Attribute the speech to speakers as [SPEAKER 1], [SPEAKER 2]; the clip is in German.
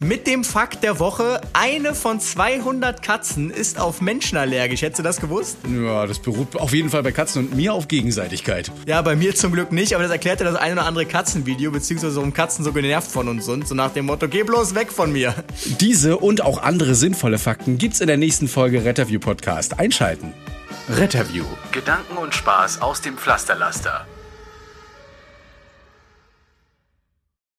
[SPEAKER 1] mit dem Fakt der Woche. Eine von 200 Katzen ist auf Menschen allergisch. Hättest du das gewusst?
[SPEAKER 2] Ja, das beruht auf jeden Fall bei Katzen und mir auf Gegenseitigkeit.
[SPEAKER 1] Ja, bei mir zum Glück nicht, aber das erklärte das ein oder andere Katzenvideo, beziehungsweise warum Katzen so genervt von uns sind. So nach dem Motto, geh bloß weg von mir.
[SPEAKER 2] Diese und auch andere sinnvolle Fakten gibt's in der nächsten Folge Retterview Podcast. Einschalten. Retterview.
[SPEAKER 3] Gedanken und Spaß aus dem Pflasterlaster.